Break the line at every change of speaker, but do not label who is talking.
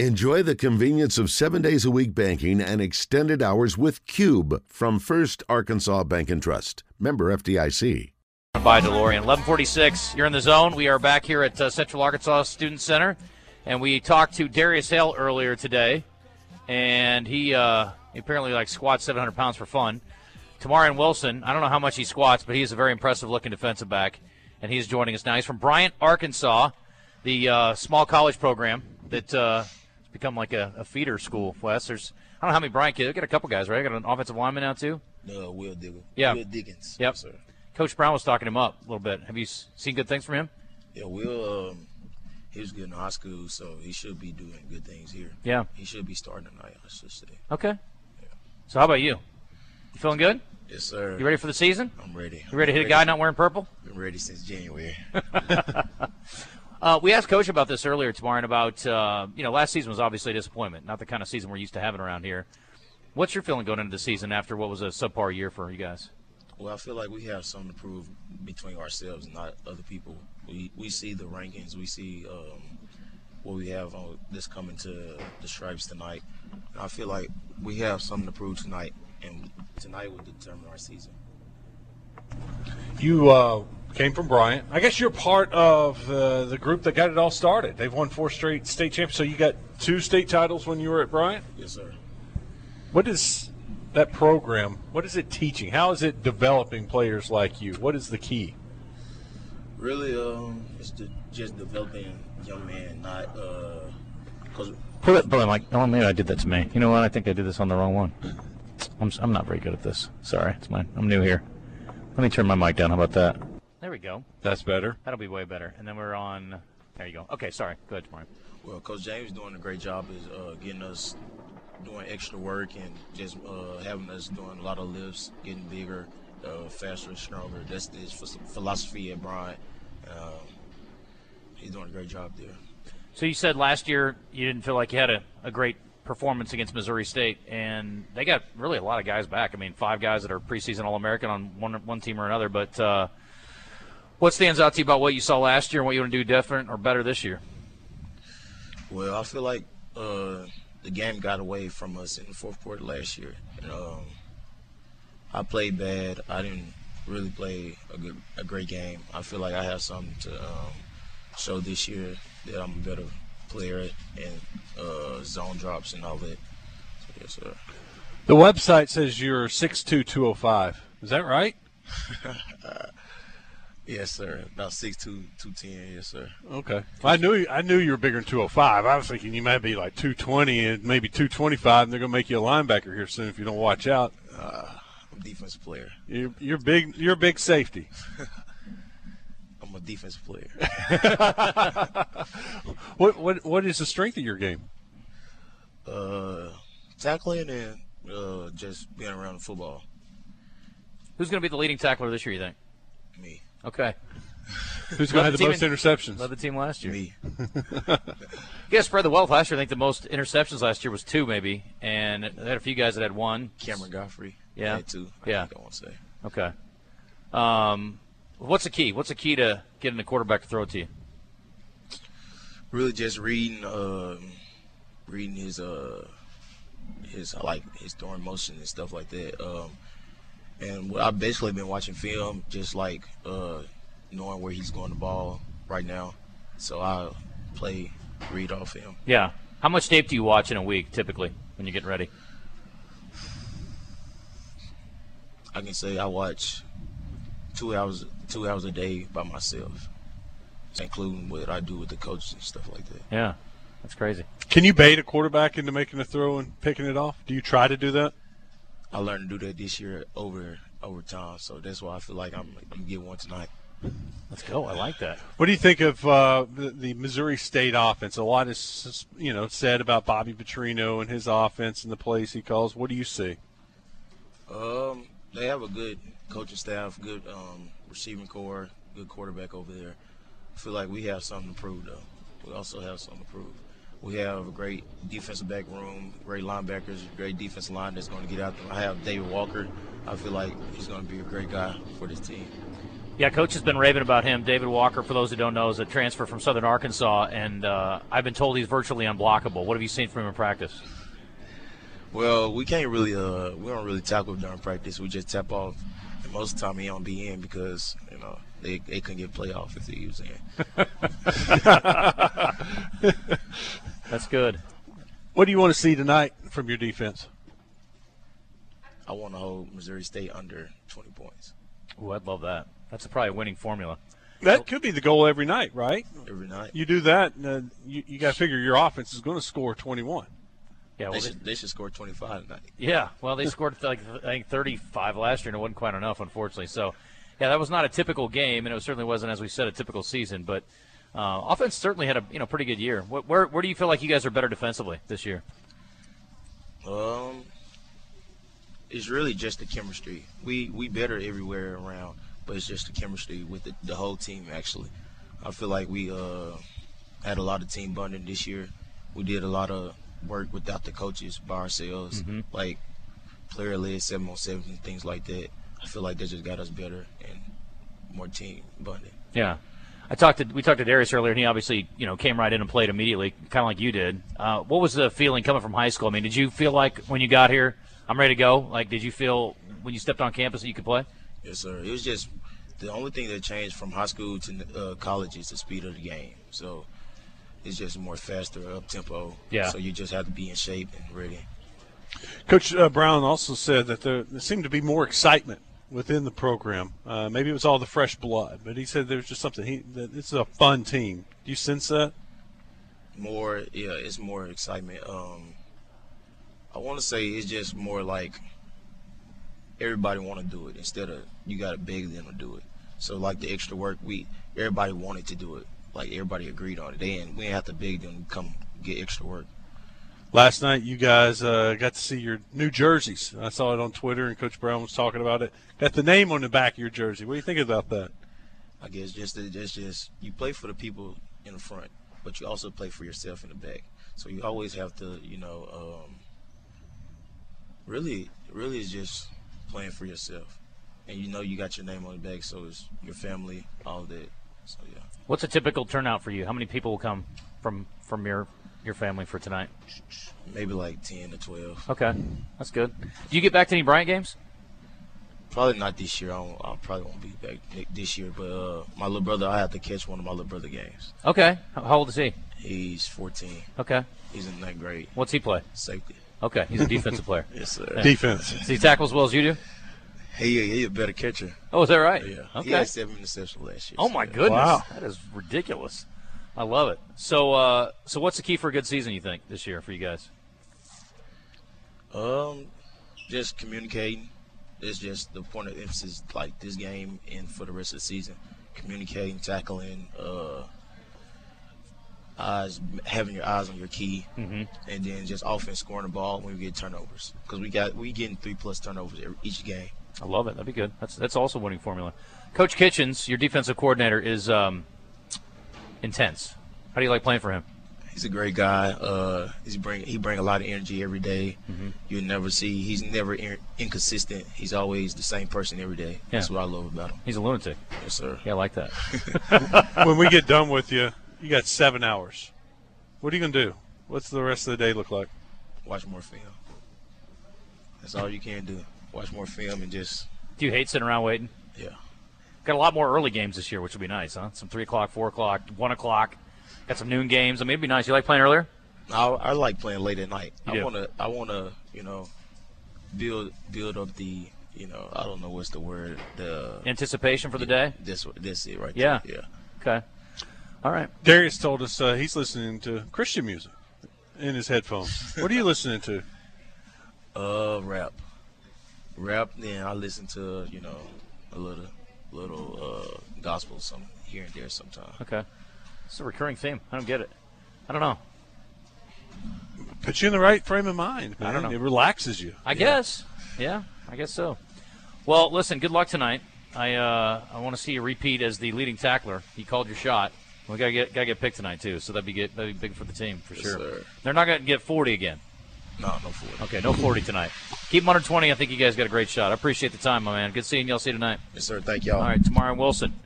Enjoy the convenience of seven days a week banking and extended hours with Cube from First Arkansas Bank and Trust. Member FDIC.
by DeLorean. 1146, you're in the zone. We are back here at uh, Central Arkansas Student Center, and we talked to Darius Hale earlier today, and he, uh, he apparently like squats 700 pounds for fun. Tamarian Wilson, I don't know how much he squats, but he's a very impressive looking defensive back, and he's joining us now. He's from Bryant, Arkansas, the uh, small college program that uh, has become like a, a feeder school, Wes. There's, I don't know how many Bryant kids. we got a couple guys, right? We got an offensive lineman now, too.
Uh, Will Diggins.
Yeah.
Will Diggins.
Yep.
Sir.
Coach Brown was talking him up a little bit. Have you s- seen good things from him?
Yeah, Will. Um, he was good in high school, so he should be doing good things here.
Yeah.
He should be starting tonight. I should say.
Okay. So how about you? You feeling good?
Yes, sir.
You ready for the season?
I'm ready.
You ready to hit a guy not wearing purple?
Been ready since January.
Uh, we asked Coach about this earlier tomorrow, and about uh, you know last season was obviously a disappointment, not the kind of season we're used to having around here. What's your feeling going into the season after what was a subpar year for you guys?
well, I feel like we have something to prove between ourselves, not other people. We we see the rankings. We see um, what we have on this coming to the stripes tonight. And I feel like we have something to prove tonight, and tonight will determine our season.
You uh, came from Bryant. I guess you're part of uh, the group that got it all started. They've won four straight state champions. So you got two state titles when you were at Bryant.
Yes, sir.
What is that program? What is it teaching? How is it developing players like you? What is the key?
Really, um, it's the, just developing young man, not uh, cause
Pull it, Billy. Mike. Oh, maybe I did that to me. You know what? I think I did this on the wrong one. I'm, I'm not very good at this. Sorry, it's mine. I'm new here. Let me turn my mic down. How about that? There we go.
That's better.
That'll be way better. And then we're on. There you go. Okay, sorry. Go ahead, tomorrow.
well, Coach James doing a great job is uh, getting us doing extra work and just uh, having us doing a lot of lifts, getting bigger, uh, faster, stronger. That's his phys- philosophy at Bryant. Um, he's doing a great job there.
So you said last year you didn't feel like you had a, a great performance against Missouri State, and they got really a lot of guys back. I mean, five guys that are preseason All American on one one team or another. But uh, what stands out to you about what you saw last year and what you want to do different or better this year?
Well, I feel like uh, the game got away from us in the fourth quarter last year. And, um, I played bad. I didn't really play a good, a great game. I feel like I have something to um, show this year that I'm a better player and uh, zone drops and all that. So, yes, sir.
The website says you're six two two zero five. Is that right?
Yes, sir. About six two two ten. Yes, sir.
Okay. I knew I knew you were bigger than 205. I was thinking you might be like 220 and maybe 225, and they're going to make you a linebacker here soon if you don't watch out.
I'm a defensive player.
You're, you're big. You're a big safety.
I'm a defensive player.
What what what is the strength of your game?
uh, tackling and uh, just being around football.
Who's going to be the leading tackler this year? You think?
Me.
Okay,
Who's going to have the
Team
most
in-
interceptions?
led the team last year.
Me.
You guys spread the wealth last year. I think the most interceptions last year was two, maybe, and they had a few guys that had one.
Cameron Godfrey.
Yeah.
That too. I
Yeah.
think I want to say.
Okay. Um, what's the key? What's the key to getting a quarterback to throw it to you?
Really, just reading, um, reading his uh, his like his throwing motion and stuff like that. Um, and what I've basically been watching film, just like uh, knowing where he's going the ball right now. So I play read off him.
Yeah. How much tape do you watch in a week typically when you're getting ready?
I can say I watch two hours two hours a day by myself, including what I do with the coaches and stuff like that.
Yeah. That's crazy.
Can you bait a quarterback into making a throw and picking it off? Do you try to do that?
I learned to do that this year over over time, so that's why I feel like I'm gonna get one tonight.
Let's go. I like that.
What do you think of uh, the, the Missouri State offense? A lot is you know said about Bobby Petrino and his offense and the plays he calls. What do you see?
Um, they have a good coaching staff, good um, receiving core, good quarterback over there. I feel like we have something to prove though. We also have something to prove. We have a great defensive back room, great linebackers, great defense line that's going to get out there. I have David Walker. I feel like he's going to be a great guy for this team.
Yeah, coach has been raving about him. David Walker, for those who don't know, is a transfer from Southern Arkansas, and uh, I've been told he's virtually unblockable. What have you seen from him in practice?
Well, we can't really uh we don't really tackle during practice. We just tap off. And most of the time he don't be in because, you know, they, they couldn't get playoff if he was in.
That's good.
What do you want to see tonight from your defense?
I want to hold Missouri State under 20 points
Ooh, I'd love that. That's probably a winning formula.
That could be the goal every night, right?
every night.
You do that, and, uh, you, you got to figure your offense is going to score 21.
Yeah,
They
well, they-
should, they should score 25 tonight.
yeah. Well, they scored like I think 35 last year, and it wasn't quite enough, unfortunately. So, yeah, that was not a typical game, and it certainly wasn't, as we said, a typical season. But uh, offense certainly had a you know pretty good year. Wh- Where where do you feel like you guys are better defensively this year?
Um, it's really just the chemistry. We we better everywhere around, but it's just the chemistry with the, the whole team. Actually, I feel like we uh had a lot of team bonding this year. We did a lot of work without the coaches by ourselves, like player led seven on seven and things like that. I feel like that just got us better and more team bonding.
Yeah. I talked to we talked to Darius earlier, and he obviously you know came right in and played immediately, kind of like you did. Uh, what was the feeling coming from high school? I mean, did you feel like when you got here, I'm ready to go? Like, did you feel when you stepped on campus that you could play?
Yes, sir. It was just the only thing that changed from high school to uh, college is the speed of the game. So it's just more faster, up tempo.
Yeah.
So you just have to be in shape and ready.
Coach uh, Brown also said that there, there seemed to be more excitement within the program. Uh, maybe it was all the fresh blood, but he said there's just something. He, that this is a fun team. Do you sense that?
More, yeah, it's more excitement. Um, I want to say it's just more like everybody want to do it instead of you got to beg them to do it. So like the extra work, we everybody wanted to do it. Like everybody agreed on it. They and we didn't have to beg them to come get extra work.
Last night, you guys uh, got to see your new jerseys. I saw it on Twitter, and Coach Brown was talking about it. Got the name on the back of your jersey. What do you think about that?
I guess just that just just you play for the people in the front, but you also play for yourself in the back. So you always have to, you know, um, really, really is just playing for yourself, and you know you got your name on the back, so it's your family, all that. So yeah,
What's a typical turnout for you? How many people will come from from your your family for tonight?
maybe like ten to twelve.
Okay, that's good. Do you get back to any Bryant games?
Probably not this year. I, won't, I probably won't be back thi- this year, but uh, my little brother, I have to catch one of my little brother games.
Okay, how how old is he?
He's 14.
Okay,
He's in that grade.
what's he play?
Safety.
Okay, he's a defensive player.
Yes, sir.
Defense.
Does he tackle as well as you do?
He, he a better catcher.
Oh, is that right?
Yeah. He
Okay.
had seven interceptions last year.
Oh
so
my
yeah.
goodness,
Wow.
that is ridiculous. I love it. So, uh, so what's the key for a good season? You think this year for you guys?
Um, just communicating. It's just the point of emphasis, like this game and for the rest of the season. Communicating, tackling, uh, eyes, having your eyes on your key, mm-hmm. and then just offense scoring the ball when we get turnovers. Because we got we getting three plus turnovers every, each game.
I love it. That'd be good. That's that's also a winning formula. Coach Kitchens, your defensive coordinator, is um, intense. How do you like playing for him?
He's a great guy. Uh, he's bring he bring a lot of energy every day.
Mm-hmm.
You'll never see. He's never in, inconsistent. He's always the same person every day. That's
Yeah.
what I love about him.
He's a lunatic.
Yes, sir.
Yeah, I like that.
when we get done with you, you got seven hours. What are you going to do? What's the rest of the day look like?
watch more film. That's all you can do. Watch more film and just
Do you hate sitting around waiting?
yeah.
Got a lot more early games this year, which would be nice, huh? Some three o'clock, four o'clock, one o'clock. Got some noon games. I mean, it'd be nice. You like playing earlier?
I, I like playing late at night.
You
I
do.
wanna I wanna you know build build up the you know I don't know what's the word the
Anticipation for the day.
this this it right
Yeah.
there. yeah
Okay. All right.
Darius told us uh, he's listening to Christian music in his headphones. What are you listening to?
uh rap rap then I listen to you know a little little uh gospel some here and there sometimes
Okay. It's a recurring theme. I don't get it. I don't know.
Put you in the right frame of mind.
I don't
man.
know.
It relaxes you.
I guess. Yeah, I guess so. Well, listen, good luck tonight. I uh, I want to see you repeat as the leading tackler. You called your shot. We gotta get gotta get picked tonight too, so that'd be good. That'd be big for the team for sure.
sir.
They're not gonna get 40 again.
No, no 40.
Okay, no 40 tonight. Keep them under 20. I think you guys got a great shot. I appreciate the time, my man. Good seeing y'all. See you tonight.
Yes, sir. Thank y'all.
All right, tomorrow Wilson.